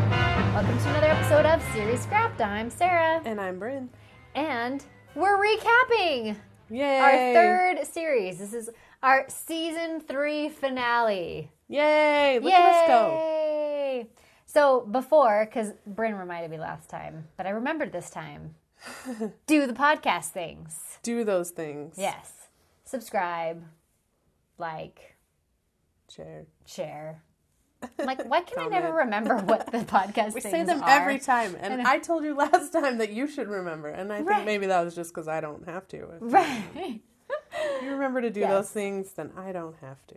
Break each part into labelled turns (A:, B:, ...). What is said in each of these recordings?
A: Welcome to another episode of Series Scrapped. I'm Sarah.
B: And I'm Bryn.
A: And we're recapping
B: Yay!
A: our third series. This is our season three finale.
B: Yay! Look at us go.
A: Yay! So before, because Bryn reminded me last time, but I remembered this time. do the podcast things.
B: Do those things.
A: Yes. Subscribe, like,
B: Share.
A: share. I'm like, why can I never remember what the podcast
B: We
A: things
B: say them
A: are?
B: every time. And I, told you last time that you should remember. And I think
A: Right.
B: maybe that was just because I don't have to.
A: Right.
B: If you remember to do those things, then I don't have to.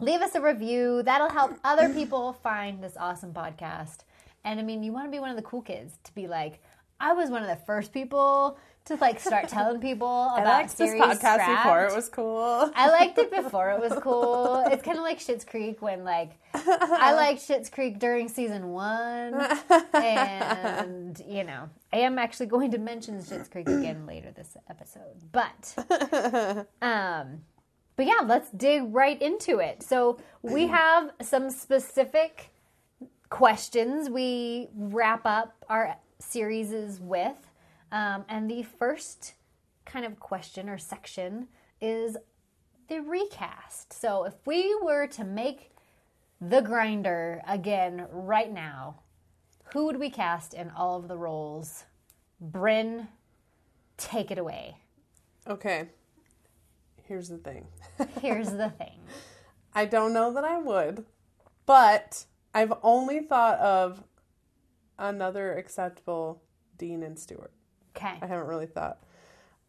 A: leave us a review. That'll help other people find this awesome podcast. And I mean, you want to be one of the cool kids to be like, I was one of the first people to like start telling people about
B: I liked this
A: series
B: podcast
A: Scrapped.
B: before. It was cool.
A: I liked it before it was cool. It's kind of like Schitt's Creek when like I liked Schitt's Creek during season one, and you know I am actually going to mention Schitt's Creek again later this episode. But um, but yeah, let's dig right into it. So we have some specific questions we wrap up our series with. Um, and the first kind of question or section is the recast. So if we were to make the grinder again right now, who would we cast in all of the roles? Bryn, take it away.
B: Okay. Here's the thing
A: Here's the thing.
B: I don't know that I would, but I've only thought of another acceptable Dean and Stewart.
A: Okay.
B: I haven't really thought.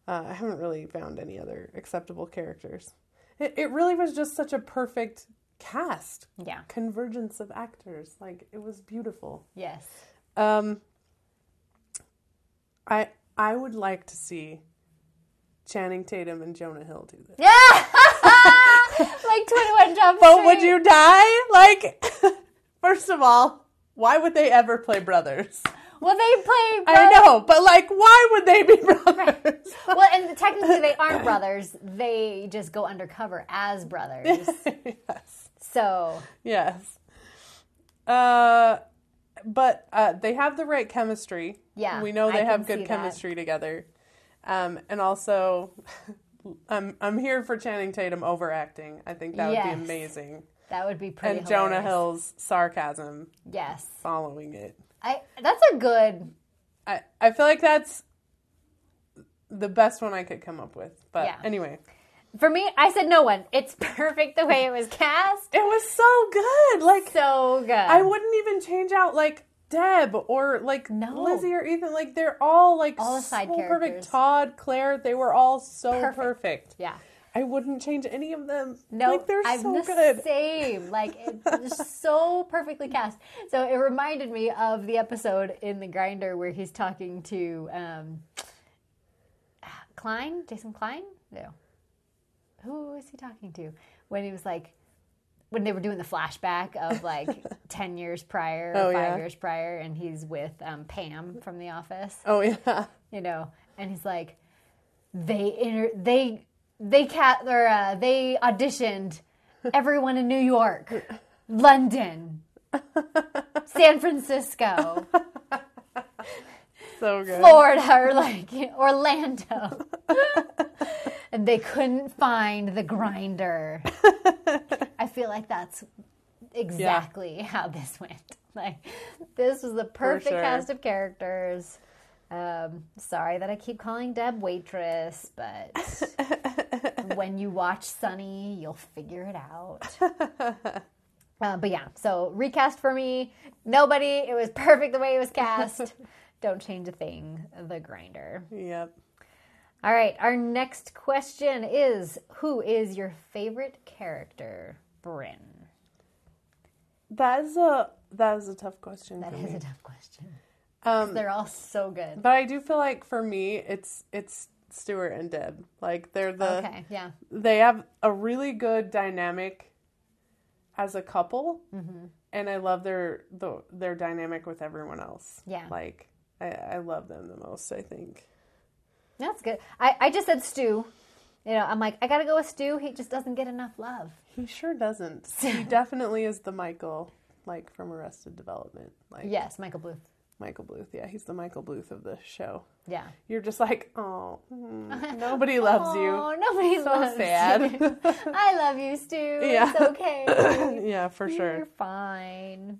B: Uh, I haven't really found any other acceptable characters. It, it really was just such a perfect cast
A: Yeah.
B: convergence of actors. Like it was beautiful.
A: Yes.
B: Um, I I would like to see Channing Tatum and Jonah Hill do this.
A: Yeah. like 21 Jump Street.
B: But would you die? Like, first of all, why would they ever play brothers?
A: Well, they play.
B: I know, but like, why would they be brothers?
A: Well, and technically they aren't brothers. They just go undercover as brothers.
B: yes.
A: So,
B: Yes. Uh, but uh, they have the right chemistry.
A: Yeah,
B: we know
A: I
B: they
A: can
B: have
A: see
B: good
A: that.
B: chemistry together. Um, and also, I'm I'm here for Channing Tatum overacting. I think that
A: Yes.
B: would be amazing.
A: that would be pretty
B: And Jonah
A: hilarious.
B: Hill's sarcasm
A: Yes.
B: following it.
A: I that's a good.
B: I I feel like that's the best one I could come up with. But
A: Yeah.
B: anyway,
A: For me, I said no one. It's perfect the way it was cast.
B: it was so good. Like
A: So good.
B: I wouldn't even change out like Deb or like
A: No.
B: Lizzie or Ethan. Like they're all like
A: All side
B: so
A: characters.
B: perfect. Todd, Claire, they were all so
A: Perfect.
B: perfect.
A: yeah.
B: I wouldn't change any of them.
A: No,
B: like they're
A: I'm
B: so
A: the
B: good.
A: same. Like it's just so perfectly cast. So it reminded me of the episode in the grinder where he's talking to um, Klein, Jason Klein. No, who is he talking to? When he was like, when they were doing the flashback of like ten years prior, or
B: Oh,
A: five
B: yeah.
A: years prior, and he's with um, Pam from The Office
B: Oh yeah,
A: you know and he's like they inter- they they cat or uh, they auditioned everyone in new york london san francisco
B: so good.
A: florida or like orlando and they couldn't find the grinder i feel like that's exactly how this went like this was the perfect
B: sure.
A: cast of characters um, sorry that I keep calling Deb waitress, but when you watch Sunny, you'll figure it out. Uh, but yeah, so recast for me. Nobody. It was perfect the way it was cast. Don't change a thing. The grinder.
B: Yep.
A: All right. Our next question is: Who is your favorite character, Bryn?
B: That is a that is a tough question.
A: That
B: for
A: is
B: me.
A: a tough question.
B: Um,
A: They're all so good.
B: but I do feel like for me, it's it's Stuart and Deb. Like they're the
A: Okay. Yeah.
B: they have a really good dynamic as a couple,
A: Mm-hmm.
B: and I love their the, their dynamic with everyone else.
A: Yeah.
B: like I, I love them the most. I think.
A: That's good. I, I just said Stu. You know, I'm like, I gotta go with Stu. He just doesn't get enough love.
B: He sure doesn't. He definitely is the Michael like from Arrested Development, like
A: Yes, Michael Bluth.
B: Michael Bluth. Yeah, he's the Michael Bluth of the show.
A: Yeah.
B: You're just like, oh, mm, nobody loves you.
A: Oh, nobody
B: So
A: loves
B: sad.
A: you. I love you, Stu.
B: Yeah.
A: It's okay.
B: yeah, for sure.
A: You're fine.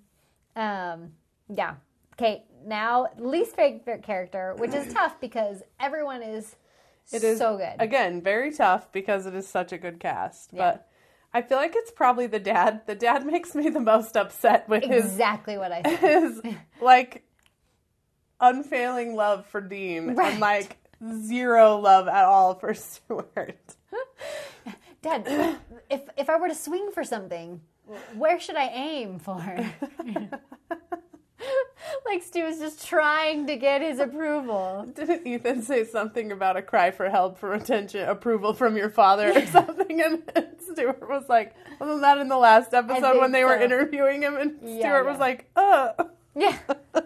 A: Um, yeah. Okay, now least favorite character, which is tough because everyone is
B: It is
A: so good.
B: Again, very tough because it is such a good cast.
A: Yeah.
B: But I feel like it's probably the dad. The dad makes me the most upset with his
A: exactly what I said.
B: his like unfailing love for Dean
A: Right.
B: and like zero love at all for Stuart.
A: Dad, if if I were to swing for something, where should I aim for? like Stu is just trying to get his approval.
B: Didn't Ethan say something about a cry for help for attention approval from your father or something? And Stuart was like, wasn't that in the last episode
A: think
B: when they were
A: so.
B: interviewing him and
A: Yeah,
B: Stuart
A: yeah.
B: was like, uh
A: Yeah.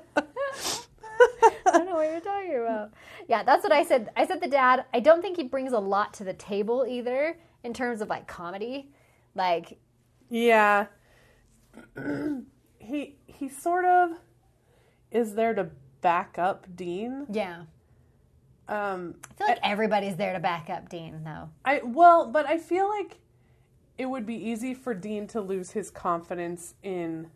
A: I don't know what you're talking about. Yeah, that's what I said. I said the dad, I don't think he brings a lot to the table either in terms of like comedy. Like,
B: Yeah. he he sort of is there to back up Dean.
A: yeah.
B: Um
A: I feel like everybody's there to back up Dean though.
B: I well, but I feel like it would be easy for Dean to lose his confidence in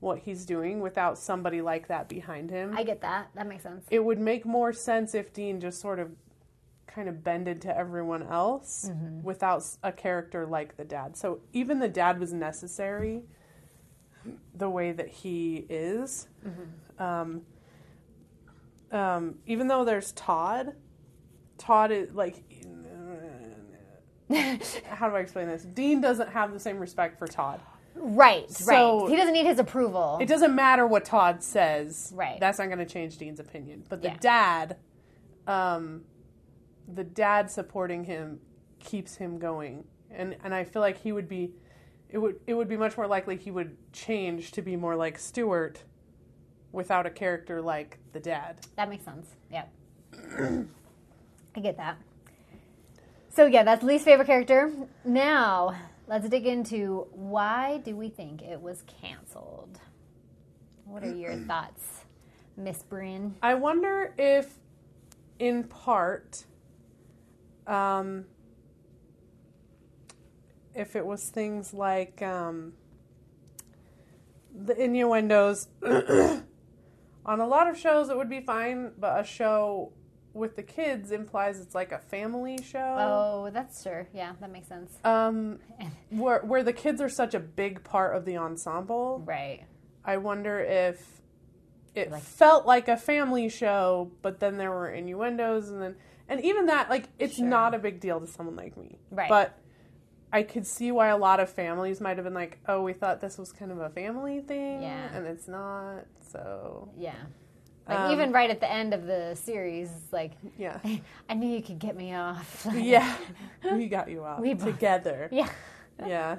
B: what he's doing without somebody like that behind him.
A: I get that. That makes sense.
B: it would make more sense if Dean just sort of kind of bended to everyone else without s- a character like the dad. So even the dad was necessary the way that he is. Um, um, even though there's Todd, Todd is like. How do I explain this? Dean doesn't have the same respect for Todd.
A: Right,
B: So-
A: right. He doesn't need his approval.
B: It doesn't matter what Todd says.
A: Right.
B: That's not going to change Dean's opinion. But the
A: Yeah.
B: dad, um, the dad supporting him keeps him going, and and I feel like he would be, it would it would be much more likely he would change to be more like Stewart, without a character like the dad.
A: That makes sense. Yep. I get that. So yeah, that's least favorite character. Now let's dig into why do we think it was canceled? What are your thoughts, Miss Bryn?
B: I wonder if, in part, um, if it was things like um, the innuendos. On a lot of shows, it would be fine, but a show with the kids implies it's like a family show.
A: Oh, that's sure. Yeah, that makes sense.
B: Um, where, where the kids are such a big part of the ensemble.
A: Right.
B: I wonder if it
A: Like-
B: felt like a family show, but then there were innuendos, and then and even that, like, it's
A: Sure.
B: not a big deal to someone like me,
A: Right.
B: But I could see why a lot of families might have been like, "Oh, we thought this was kind of a family thing,
A: Yeah.
B: and it's not." So
A: Yeah. Like
B: Um,
A: even right at the end of the series, it's like
B: yeah,
A: I knew you could get me off. Like,
B: yeah, we got you out
A: We both-
B: together.
A: Yeah.
B: yeah,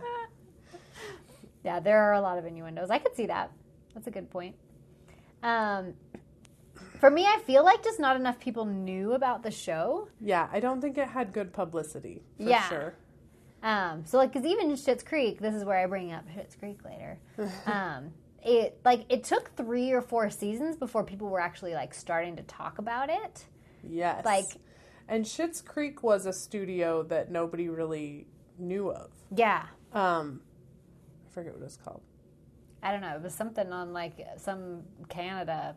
A: Yeah, there are a lot of innuendos. I could see that. That's a good point. Um, for me, I feel like just not enough people knew about the show.
B: yeah. I don't think it had good publicity. For
A: Yeah.
B: sure.
A: Um, so, like, because even Schitt's Creek, this is where I bring up Schitt's Creek later. Um, it like it took three or four seasons before people were actually like starting to talk about it.
B: Yes,
A: Like-
B: and Schitt's Creek was a studio that nobody really knew of.
A: Yeah,
B: Um, I forget what it's called.
A: I don't know. It was something on like some Canada.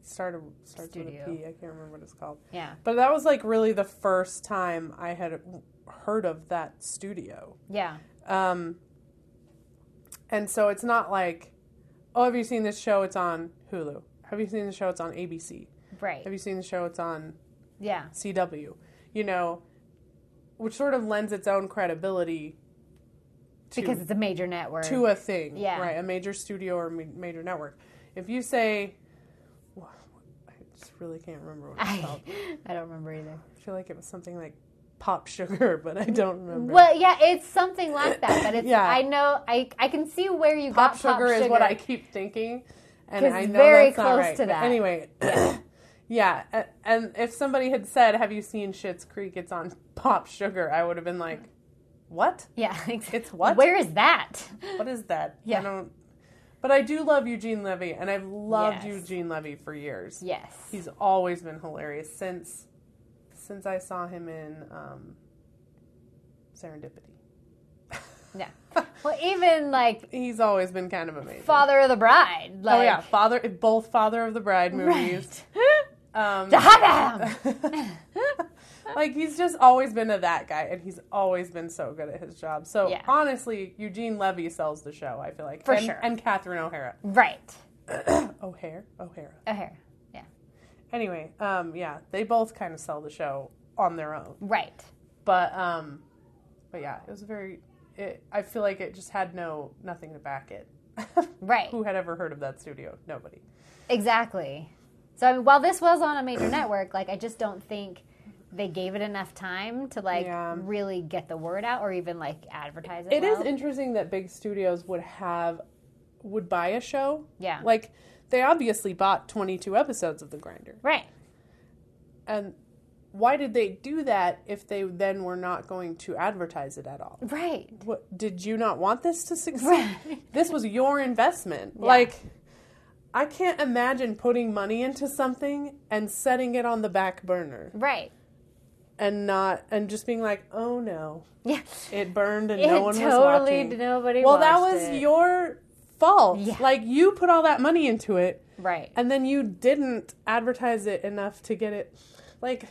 B: Started starts
A: Studio.
B: with a P. I can't remember what it's called.
A: Yeah,
B: But that was like really the first time I had heard of that studio.
A: yeah,
B: Um, and so it's not like, oh, have you seen this show? It's on Hulu. Have you seen the show? It's on ABC.
A: right.
B: Have you seen the show? It's on
A: Yeah,
B: CW. You know, which sort of lends its own credibility to
A: because it's a major network.
B: to a thing,
A: Yeah.
B: right? A major studio or ma- major network. If you say, I just really can't remember what it's
A: I,
B: called.
A: I don't remember either.
B: I feel like it was something like Pop Sugar, but I don't remember.
A: Well, yeah, it's something like that, but it's
B: Yeah.
A: I know I I can see where you
B: Pop,
A: got
B: sugar
A: pop sugar
B: is what I keep thinking, and
A: 'Cause
B: I
A: it's
B: know
A: very
B: that's not
A: close
B: right.
A: to
B: But
A: that.
B: Anyway, yeah. a- And if somebody had said, "Have you seen Schitt's Creek? It's on Pop Sugar," I would have been like, "What?
A: Yeah, exactly.
B: It's what?
A: Where is that?
B: What is that? I
A: Yeah.
B: don't." But I do love Eugene Levy, and I've loved
A: Yes.
B: Eugene Levy for years.
A: Yes.
B: He's always been hilarious since since I saw him in um, Serendipity.
A: Yeah. Well, even like
B: He's always been kind of amazing.
A: Father of the Bride. Like,
B: oh yeah, father both father of the bride movies.
A: Right.
B: Um,
A: Jahannam!
B: like he's just always been a that guy, and he's always been so good at his job. So
A: Yeah.
B: honestly, Eugene Levy sells the show. I feel like
A: For
B: and,
A: sure.
B: and Catherine O'Hara,
A: right.
B: O'Hare, O'Hara.
A: O'Hara. Yeah.
B: Anyway, um, yeah, they both kind of sell the show on their own.
A: Right.
B: But um, but yeah, it was very. It, I feel like it just had no nothing to back it.
A: Right.
B: Who had ever heard of that studio? Nobody.
A: Exactly. So I mean, while this was on a major network, like I just don't think they gave it enough time to like
B: Yeah.
A: really get the word out or even like advertise it.
B: It is
A: well.
B: interesting that big studios would have would buy a show.
A: Yeah.
B: Like they obviously bought 22 episodes of The Grinder.
A: right.
B: And why did they do that if they then were not going to advertise it at all?
A: Right.
B: What did you not want this to succeed?
A: Right.
B: This was your investment. Like I can't imagine putting money into something and setting it on the back burner
A: Right.
B: and not and just being like, "Oh no,
A: Yeah.
B: it burned and
A: It
B: no one was
A: totally
B: watching."
A: nobody
B: Well, that
A: watched
B: was
A: it.
B: your fault.
A: Yeah.
B: Like you put all that money into it
A: Right.
B: and then you didn't advertise it enough to get it like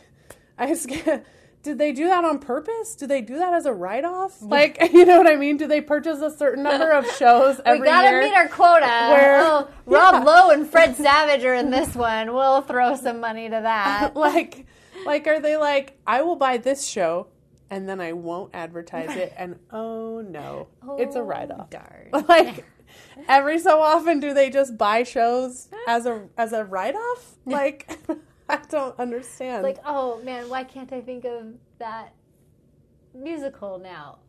B: I just can't- did they do that on purpose? Do they do that as a write-off? Like, you know what I mean? Do they purchase a certain number of shows every
A: we gotta
B: year?
A: meet our quota.
B: where-
A: oh, Rob Lowe and Fred Savage are in this one. We'll throw some money to that.
B: like like are they like I will buy this show and then I won't advertise it and oh no. it's a
A: Oh,
B: write-off.
A: Darn.
B: Like every so often do they just buy shows as a as a write-off? Like I don't understand.
A: like, oh man, why can't I think of that musical now?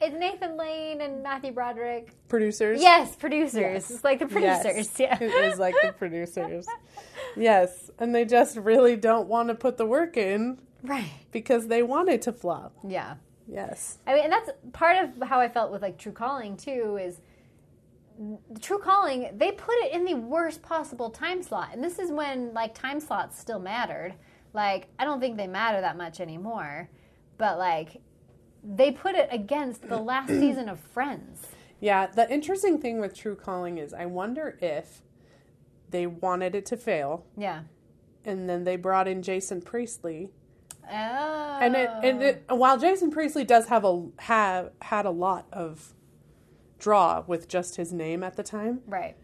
A: It's Nathan Lane and Matthew Broderick.
B: producers.
A: Yes, producers.
B: Yes.
A: It's like the producers.
B: Yes.
A: Yeah.
B: It is like the producers. Yes. And they just really don't want to put the work in
A: Right.
B: because they want it to flop.
A: Yeah.
B: Yes.
A: I mean, and that's part of how I felt with like True Calling too. Is True Calling? They put it in the worst possible time slot, and this is when like time slots still mattered. Like I don't think they matter that much anymore, but like they put it against the last season of Friends.
B: Yeah. The interesting thing with True Calling is I wonder if they wanted it to fail
A: Yeah.
B: and then they brought in Jason Priestley.
A: Oh.
B: And it and it while Jason Priestley does have a have had a lot of draw with just his name at the time,
A: right.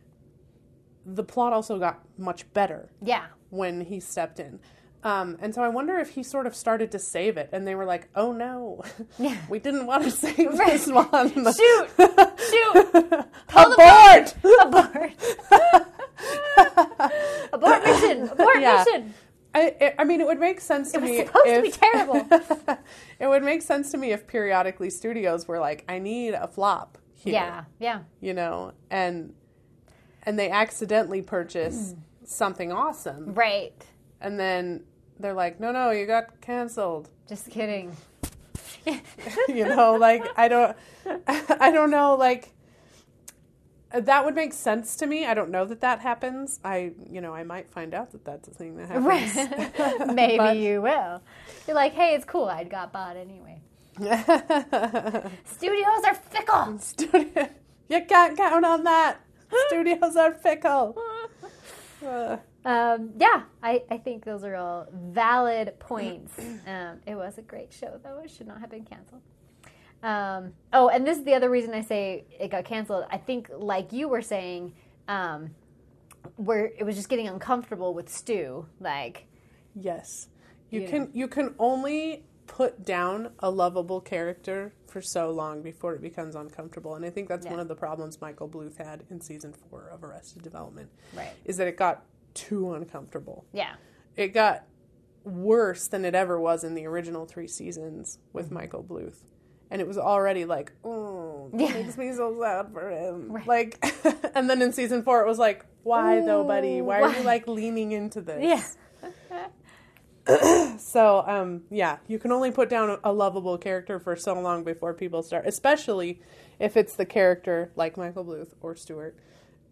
B: the plot also got much better.
A: Yeah.
B: when he stepped in. Um, and so I wonder if he sort of started to save it, and they were like, "Oh no,
A: Yeah.
B: we didn't want to save this one.
A: Shoot! Shoot!
B: Abort!
A: Abort! Abort mission! Abort
B: Yeah.
A: mission!
B: I, I- I mean, it would make sense to
A: was
B: me.
A: supposed to
B: if,
A: be terrible.
B: it would make sense to me if periodically studios were like, "I need a flop here,"
A: Yeah. Yeah.
B: you know, and and they accidentally purchase
A: Mm.
B: something awesome,
A: Right.
B: and then they're like, "No, no, you got canceled."
A: Just kidding.
B: you know like i don't i don't know like that would make sense to me i don't know that that happens i you know i might find out that that's a thing that happens
A: Maybe
B: But-
A: you will. You're like, hey, it's cool. I got bought anyway. Studios are fickle.
B: Studio- you can't count on that studios are fickle Uh,
A: Um, yeah, I, I think those are all valid points. Um, it was a great show, though. It should not have been canceled. Um, oh, and this is the other reason I say it got canceled. I think, like you were saying, um, where it was just getting uncomfortable with Stu. Like,
B: yes you
A: You know.
B: can you can only put down a lovable character for so long before it becomes uncomfortable and i think that's
A: Yeah.
B: one of the problems michael bluth had in season 4 of arrested development
A: right?
B: is that it got too uncomfortable.
A: Yeah,
B: It got worse than it ever was in the original three seasons with
A: Mm-hmm.
B: Michael Bluth. And it was already like, oh, that
A: Yeah.
B: makes me so sad for him.
A: Right.
B: Like, and then in season four, it was like, why though, buddy?
A: Ooh,
B: Why, are
A: why?
B: you like leaning into this?
A: yeah,
B: So, um, yeah, you can only put down a lovable character for so long before people start, especially if it's the character like Michael Bluth or Stewart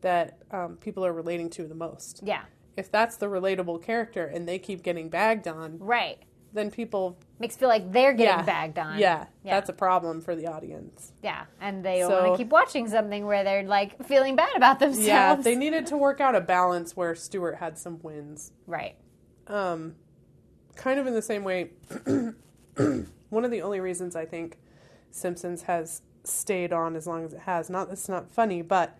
B: that um, people are relating to the most.
A: Yeah.
B: If that's the relatable character and they keep getting bagged on,
A: Right.
B: then people,
A: Makes feel like they're getting
B: Yeah.
A: bagged on.
B: yeah,
A: Yeah.
B: that's a problem for the audience.
A: Yeah. And they don't
B: So-
A: want to keep watching something where they're like feeling bad about themselves.
B: Yeah, they needed to work out a balance where Stewart had some wins.
A: right.
B: um, kind of in the same way, one of the only reasons I think Simpsons has stayed on as long as it has, not that it's not funny, but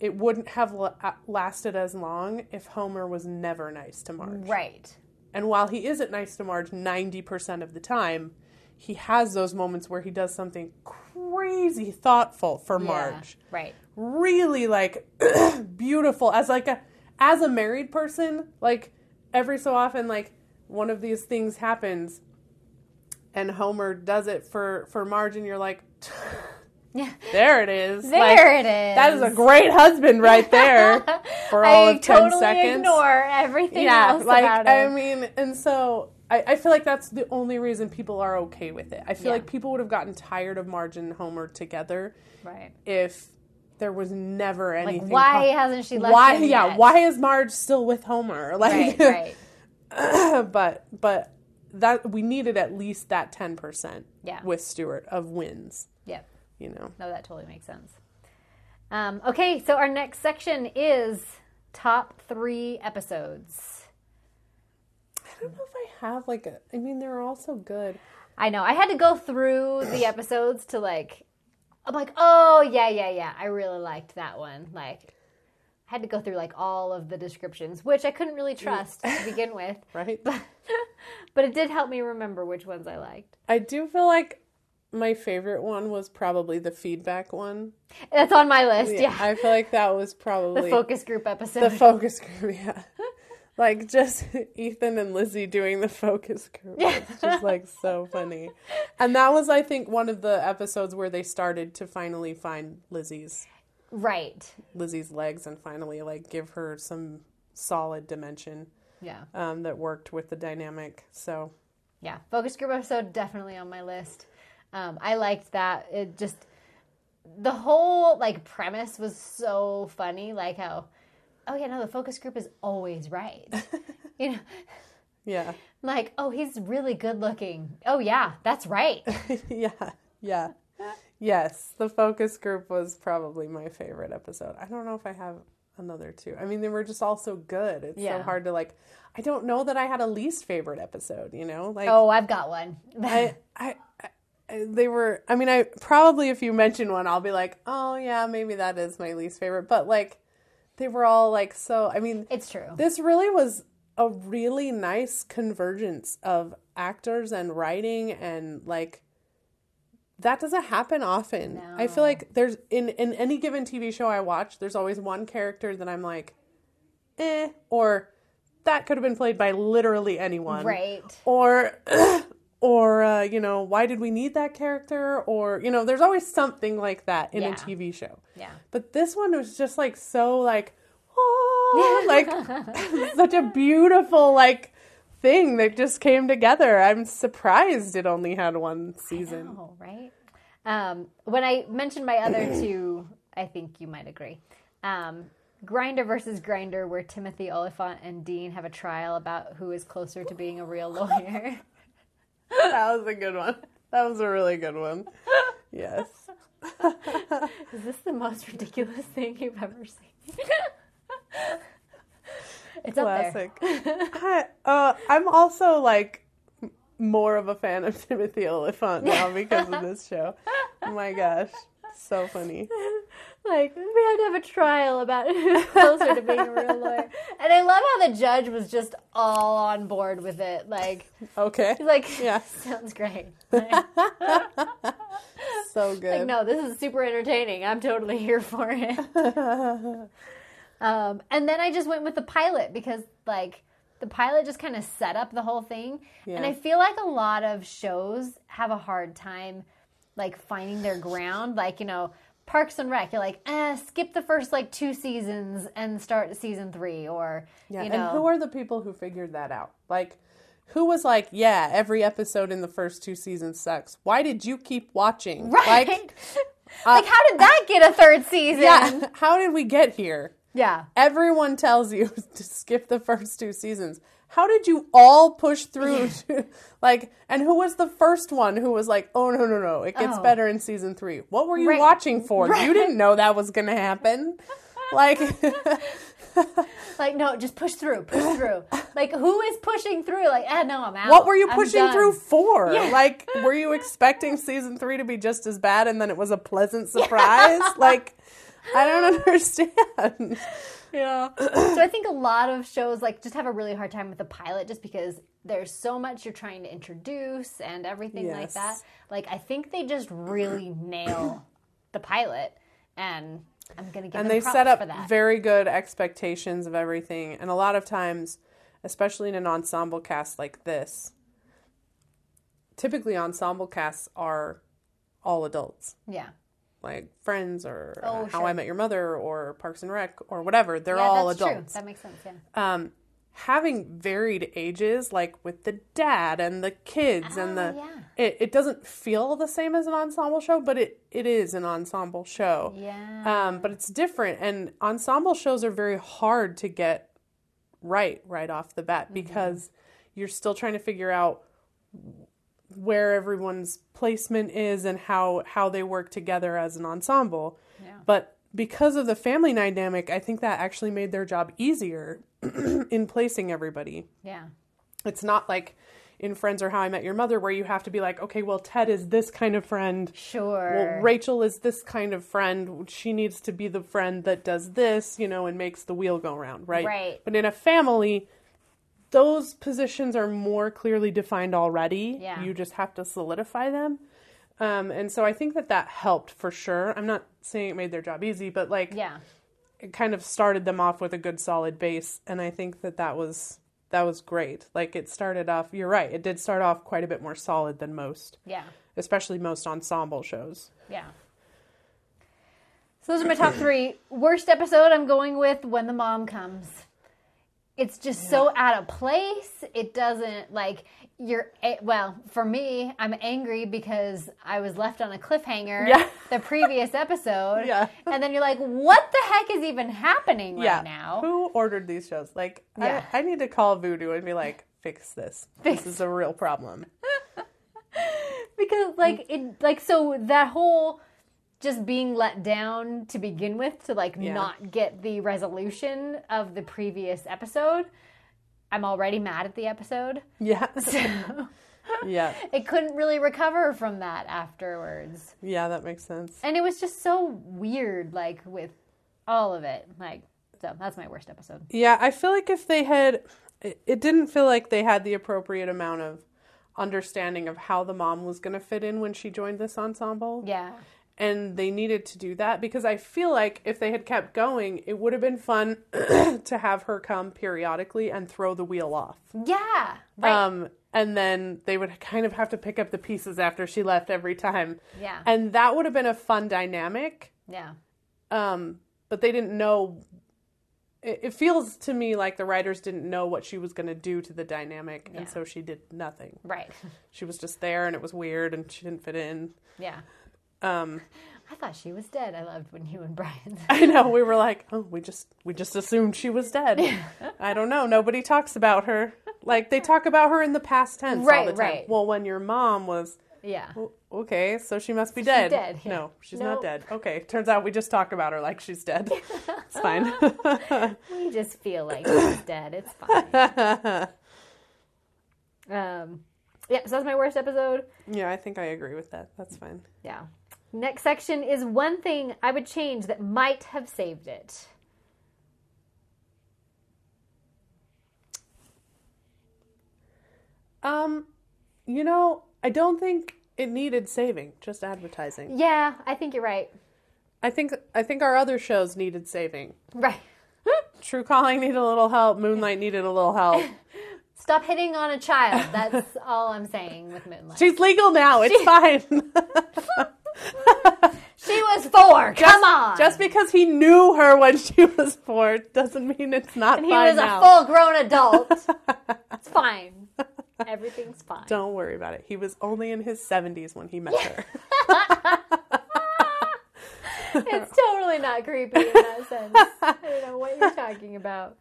B: it wouldn't have la- lasted as long if Homer was never nice to Marge.
A: Right.
B: And while he isn't nice to Marge 90% of the time, he has those moments where he does something crazy thoughtful for Marge
A: Yeah. Right.
B: really like beautiful as like a as a married person like every so often like one of these things happens and homer does it for for marge and you're like
A: Yeah.
B: there it is Like,
A: There it is.
B: that is a great husband right there for all
A: I
B: of 10
A: totally
B: seconds
A: ignore everything
B: yeah
A: else
B: like
A: about
B: i
A: it.
B: mean and so I, I feel like that's the only reason people are okay with it i feel
A: Yeah.
B: like people would have gotten tired of marge and homer together
A: right.
B: if there was never
A: Like,
B: anything
A: why
B: pos-
A: hasn't she left
B: why
A: him
B: yeah
A: yet?
B: why is marge still with homer
A: Right,
B: like
A: right.
B: but but that we needed at least that 10%
A: Yeah.
B: with stewart of wins
A: Yep.
B: you know
A: No, that totally makes sense. Um, okay, so our next section is top three episodes.
B: i don't know if i have like a i mean they're all so good
A: I know. I had to go through the episodes to like, I'm like, oh, yeah, yeah, yeah. I really liked that one. Like, I had to go through like all of the descriptions, which I couldn't really trust to begin with,
B: right
A: but it did help me remember which ones I liked.
B: i do feel like my favorite one was probably the feedback one
A: That's on my list. Yeah.
B: i feel like that was
A: the
B: probably
A: focus group episode.
B: the focus group yeah like just ethan and lizzie doing the focus group it's just like so funny and that was i think one of the episodes where they started to finally find lizzie's
A: right.
B: lizzie's legs and finally like give her some solid dimension
A: Yeah.
B: um, that worked with the dynamic so
A: Yeah, focus group episode definitely on my list. Um, I liked that. It just the whole like premise was so funny. Like how, oh yeah, no, the focus group is always right. you know,
B: yeah
A: like oh he's really good looking. Oh yeah, that's right.
B: yeah yeah yes the focus group was probably my favorite episode i don't know if i have another two i mean they were just all so good it's
A: Yeah.
B: so hard to like i don't know that i had a least favorite episode you know like
A: oh, I've got one.
B: I, I i they were i mean i probably if you mention one i'll be like oh yeah maybe that is my least favorite but like they were all like so i mean
A: it's true.
B: this really was a really nice convergence of actors and writing and like that doesn't happen often. I feel like there's in in any given TV show I watch, there's always one character that I'm like eh or that could have been played by literally anyone.
A: Right.
B: Or or uh, you know, why did we need that character or you know, there's always something like that in
A: Yeah.
B: a TV show.
A: Yeah.
B: But this one was just like so like oh, like such a beautiful like thing that just came together. I'm surprised it only had one season.
A: Oh, right. Um, when I mentioned my other two, I think you might agree. Um, Grinder versus Grinder, where Timothy Oliphant and Dean have a trial about who is closer to being a real lawyer.
B: That was a good one. That was a really good one. Yes.
A: is this the most ridiculous thing you've ever seen? it's up there.
B: Classic. I, uh, I'm also like m- more of a fan of Timothy Oliphant now because of this show. Oh my gosh. So funny.
A: Like we had to have a trial about who's closer to being a real lawyer. And I love how the judge was just all on board with it. Like,
B: Okay.
A: he's like,
B: Yeah.
A: sounds great.
B: So
A: Like,
B: good.
A: no, this is super entertaining. I'm totally here for it. um, and then I just went with the pilot because, like, the pilot just kind of set up the whole thing. And
B: Yeah.
A: I feel like a lot of shows have a hard time, like, finding their ground. Like, you know, Parks and Rec, you're like, eh, skip the first, like, two seasons and start season three. Or,
B: Yeah,
A: you
B: and who
A: know,
B: are the people who figured that out? Like, who was like, yeah, every episode in the first two seasons sucks. Why did you keep watching?
A: right.
B: Like,
A: like, how did that get a third season?
B: uh, Yeah. How did we get here?
A: Yeah.
B: Everyone tells you to skip the first two seasons. How did you all push through? To, like, and who was the first one who was like, "Oh no, no, no! It gets
A: Oh.
B: better in season three. What were you
A: Right.
B: watching for?
A: Right.
B: You didn't know that was going to happen. Like,
A: Like, no, just push through, push through. like, who is pushing through? Like, ah, no, I'm out.
B: what were you
A: I'm
B: pushing
A: done.
B: through for?
A: Yeah.
B: Like, were you expecting season three to be just as bad, and then it was a pleasant surprise? Like, I don't understand.
A: Yeah. so I think a lot of shows like just have a really hard time with the pilot just because there's so much you're trying to introduce and everything like
B: Yes.
A: that. Like I think they just really nail the pilot and I'm gonna give them
B: and they
A: props
B: set up
A: for that.
B: very good expectations of everything and a lot of times especially in an ensemble cast like this typically ensemble casts are all adults
A: yeah.
B: like friends or
A: Oh,
B: uh, how
A: sure.
B: i met your mother or parks and rec or whatever they're
A: Yeah,
B: all
A: that's
B: adults
A: true. That makes sense, yeah.
B: um, having varied ages, like with the dad and the kids and
A: Ah,
B: the,
A: yeah.
B: it, it doesn't feel the same as an ensemble show, but it, it is an ensemble show.
A: Yeah.
B: Um, but it's different, and ensemble shows are very hard to get right right off the bat because you're still trying to figure out where everyone's placement is and how how they work together as an ensemble.
A: Yeah.
B: But because of the family dynamic, I think that actually made their job easier in placing everybody.
A: Yeah.
B: It's not like in Friends or How I Met Your Mother where you have to be like, okay, well Ted is this kind of friend.
A: Sure.
B: Well, Rachel is this kind of friend. She needs to be the friend that does this, you know, and makes the wheel go round, right?
A: Right.
B: But in a family, those positions are more clearly defined already.
A: Yeah.
B: You just have to solidify them. Um, and so I think that that helped for sure. I'm not saying it made their job easy, but like
A: Yeah.
B: it kind of started them off with a good solid base. And I think that that was that was great. Like it started off. You're right. It did start off quite a bit more solid than most,
A: Yeah.
B: especially most ensemble shows.
A: Yeah. So those are my top three. Worst episode I'm going with When the Mom Comes. It's just so out of place. It doesn't like you're a- well, for me, I'm angry because I was left on a cliffhanger
B: Yeah.
A: the previous episode.
B: Yeah.
A: And then you're like, what the heck is even happening right now?
B: Who ordered these shows? Like,
A: Yeah.
B: I, I need to call Voodoo and be like, fix this. This is a real problem.
A: Because
B: Mm.
A: like it like so that whole just being let down to begin with to like
B: Yeah.
A: not get the resolution of the previous episode. I'm already mad at the episode.
B: Yeah. yeah.
A: It couldn't really recover from that afterwards.
B: Yeah, that makes sense.
A: And it was just so weird like with all of it. Like so that's my worst episode.
B: Yeah, I feel like if they had, it, it didn't feel like they had the appropriate amount of understanding of how the mom was going to fit in when she joined this ensemble.
A: Yeah.
B: and they needed to do that because I feel like if they had kept going, it would have been fun to have her come periodically and throw the wheel off.
A: Yeah. Right.
B: Um, and then they would kind of have to pick up the pieces after she left every time.
A: Yeah.
B: And that would have been a fun dynamic.
A: yeah.
B: Um, but they didn't know. It, it feels to me like the writers didn't know what she was going to do to the dynamic.
A: Yeah.
B: And so she did nothing.
A: Right.
B: She was just there and it was weird and she didn't fit in.
A: Yeah.
B: Um,
A: I thought she was dead. I loved when you and Brian
B: I know we were like, oh, we just we just assumed she was dead. I don't know. Nobody talks about her. Like they talk about her in the past tense all
A: Right,
B: the time.
A: right.
B: Well, when your mom was
A: Yeah.
B: "O- okay, so she must be dead.
A: dead, yeah.
B: No, she's
A: Nope.
B: not dead. Okay, turns out we just talk about her like she's dead. it's fine.
A: We just feel like she's dead. It's fine. um, yeah, so that's my worst episode.
B: yeah, I think I agree with that. That's fine.
A: Yeah. Next section is one thing I would change that might have saved it.
B: Um, you know, I don't think it needed saving, just advertising.
A: Yeah, I think you're right.
B: I think I think our other shows needed saving.
A: Right.
B: True Calling needed a little help. Moonlight needed a little help.
A: Stop hitting on a child. That's all I'm saying with Moonlight.
B: She's legal now. It's fine.
A: She was four. Come on.
B: Just because he knew her when she was four doesn't mean it's not
A: he
B: fine
A: was a
B: now.
A: full grown adult. it's fine. Everything's fine.
B: Don't worry about it. He was only in his 70s when he met her.
A: it's totally not creepy in that sense. I don't know what you're talking about.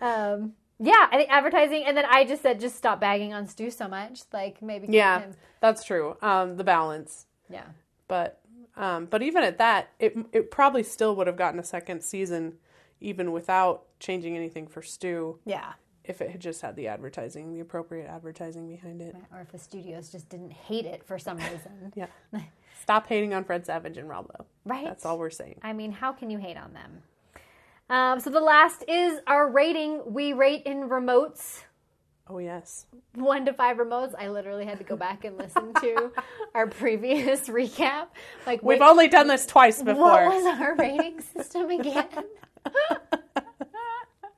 A: Um, yeah, I think advertising, and then I just said just stop bagging on Stu so much. Like maybe keep
B: yeah,
A: him-
B: that's true. Um, the balance,
A: yeah,
B: but um, but even at that, it it probably still would have gotten a second season, even without changing anything for Stu,
A: yeah.
B: if it had just had the advertising, the appropriate advertising behind it.
A: Or if the studios just didn't hate it for some reason,
B: Yeah. Stop hating on Fred Savage and Rob Lowe.
A: right?
B: That's all we're saying.
A: I mean, how can you hate on them? Um, so the last is our rating. We rate in remotes.
B: Oh yes.
A: one to five remotes. I literally had to go back and listen to our previous recap. Like, wait,
B: We've only done this twice before.
A: what was our rating system again?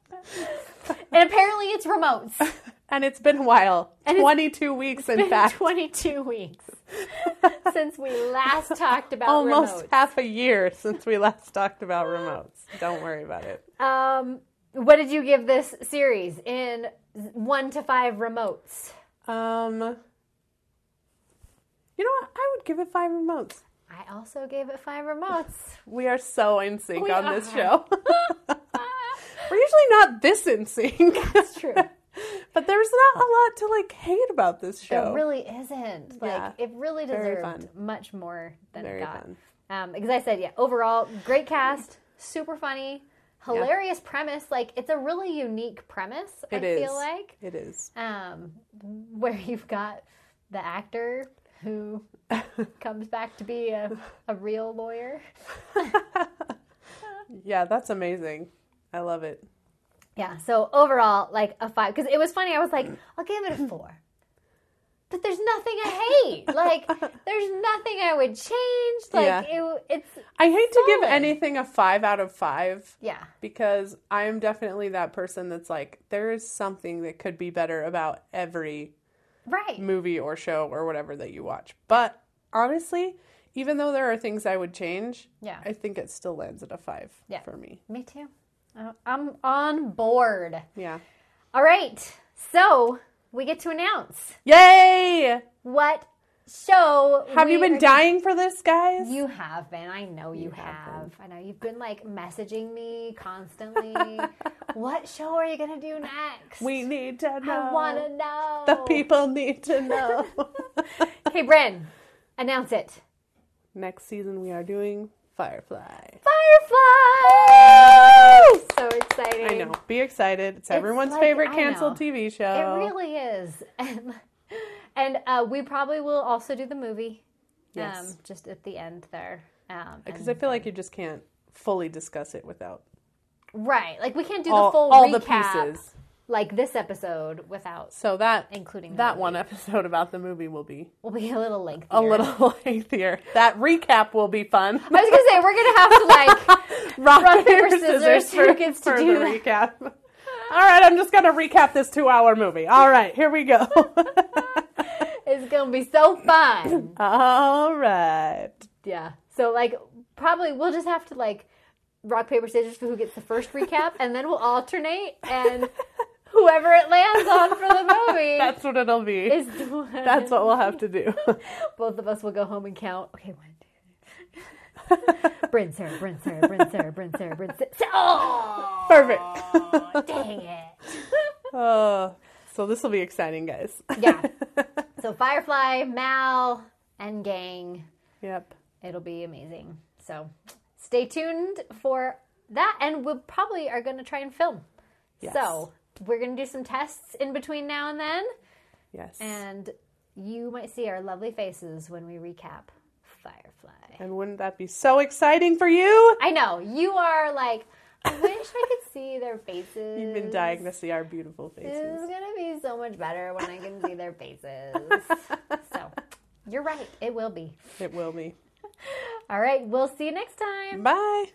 A: and apparently, it's remotes.
B: And it's been a while.
A: And it's
B: 22 weeks, in fact.
A: Twenty-two weeks since we last talked about
B: Almost
A: remotes.
B: half a year since we last talked about remotes. Don't worry about it.
A: Um, what did you give this series in one to five remotes?
B: Um, you know what? I would give it five remotes.
A: I also gave it five remotes.
B: We are so in sync
A: We
B: on this
A: are.
B: show. We're usually not this in sync,
A: That's true.
B: but there's not a lot to like hate about this
A: There
B: show.
A: really isn't. Like
B: Yeah.
A: it really
B: Very
A: deserved much more than
B: Very
A: it got.
B: fun.
A: Um, because I said, yeah, overall, great cast, super funny, hilarious premise. Like it's a really unique premise.
B: It
A: I
B: is.
A: feel like
B: It is.
A: um, where you've got the actor who comes back to be a, a real lawyer.
B: Yeah, that's amazing. I love it.
A: Yeah. So overall, like a five, because it was funny. I was like, I'll give it a four, but there's nothing I hate. Like, there's nothing I would change. Like, it, it's
B: I hate to give
A: Solid.
B: anything a five out of five
A: yeah,
B: because I am definitely that person that's like, there is something that could be better about every
A: right.
B: movie or show or whatever that you watch. But honestly, even though there are things I would change,
A: Yeah.
B: I think it still lands at a five
A: Yeah.
B: for me.
A: Me too. I- I'm on board.
B: Yeah.
A: All right. So we get to announce
B: Yay!
A: what show.
B: Have
A: we
B: you been
A: are-
B: dying for this, guys?
A: You have been. I know you, have.
B: have
A: I know you've been like messaging me constantly. what show are you gonna do next?
B: We need to know.
A: I want to know.
B: The people need to know.
A: Hey, Bryn, announce it.
B: Next season, we are doing Firefly.
A: Firefly! So exciting.
B: I know. Be excited. It's, everyone's
A: like-
B: favorite
A: I
B: canceled
A: know.
B: TV
A: It
B: show.
A: really is. And, and uh, we probably will also do the movie.
B: Yes.
A: Um, just at the end there. Um, and-
B: Because I feel like you just can't fully discuss it without
A: right. Like, we can't do
B: all,
A: the full
B: all the
A: recap
B: pieces.
A: like this episode without.
B: So that
A: Including the
B: that
A: movie.
B: one episode about the movie will be
A: We'll be a little lengthy.
B: a little lengthier. That recap will be fun.
A: I was going to say, we're going to have to, like,
B: Rock,
A: paper, scissors, who gets to
B: for
A: do
B: the recap. All right, I'm just gonna recap this two-hour movie. All right, here we go.
A: it's going to be so fun.
B: All right.
A: Yeah. So like probably we'll just have to like rock paper scissors for who gets the first recap, and then we'll alternate, and whoever it lands on for the movie
B: That's what it'll be.
A: is the one.
B: That's what we'll have to do.
A: Both of us will go home and count. Okay, one, two. three. Bryn Sarah, Bryn Sarah, Bryn Sarah, Bryn Sarah, Bryn Sarah. Oh,
B: Perfect.
A: dang it.
B: Oh, so this will be exciting, guys.
A: Yeah. So Firefly, Mal, and gang.
B: Yep.
A: it'll be amazing. So stay tuned for that, and we probably are going to try and film.
B: Yes.
A: So we're going to do some tests in between now and then,
B: Yes.
A: and you might see our lovely faces when we recap Firefly.
B: And wouldn't that be so exciting for you?
A: I know you are like, I wish I could see their faces.
B: You've been dying to see our beautiful
A: This
B: faces.
A: is gonna be so much better when I can see their faces. so, you're right. It will be.
B: It will be.
A: All right. We'll see you next time.
B: Bye.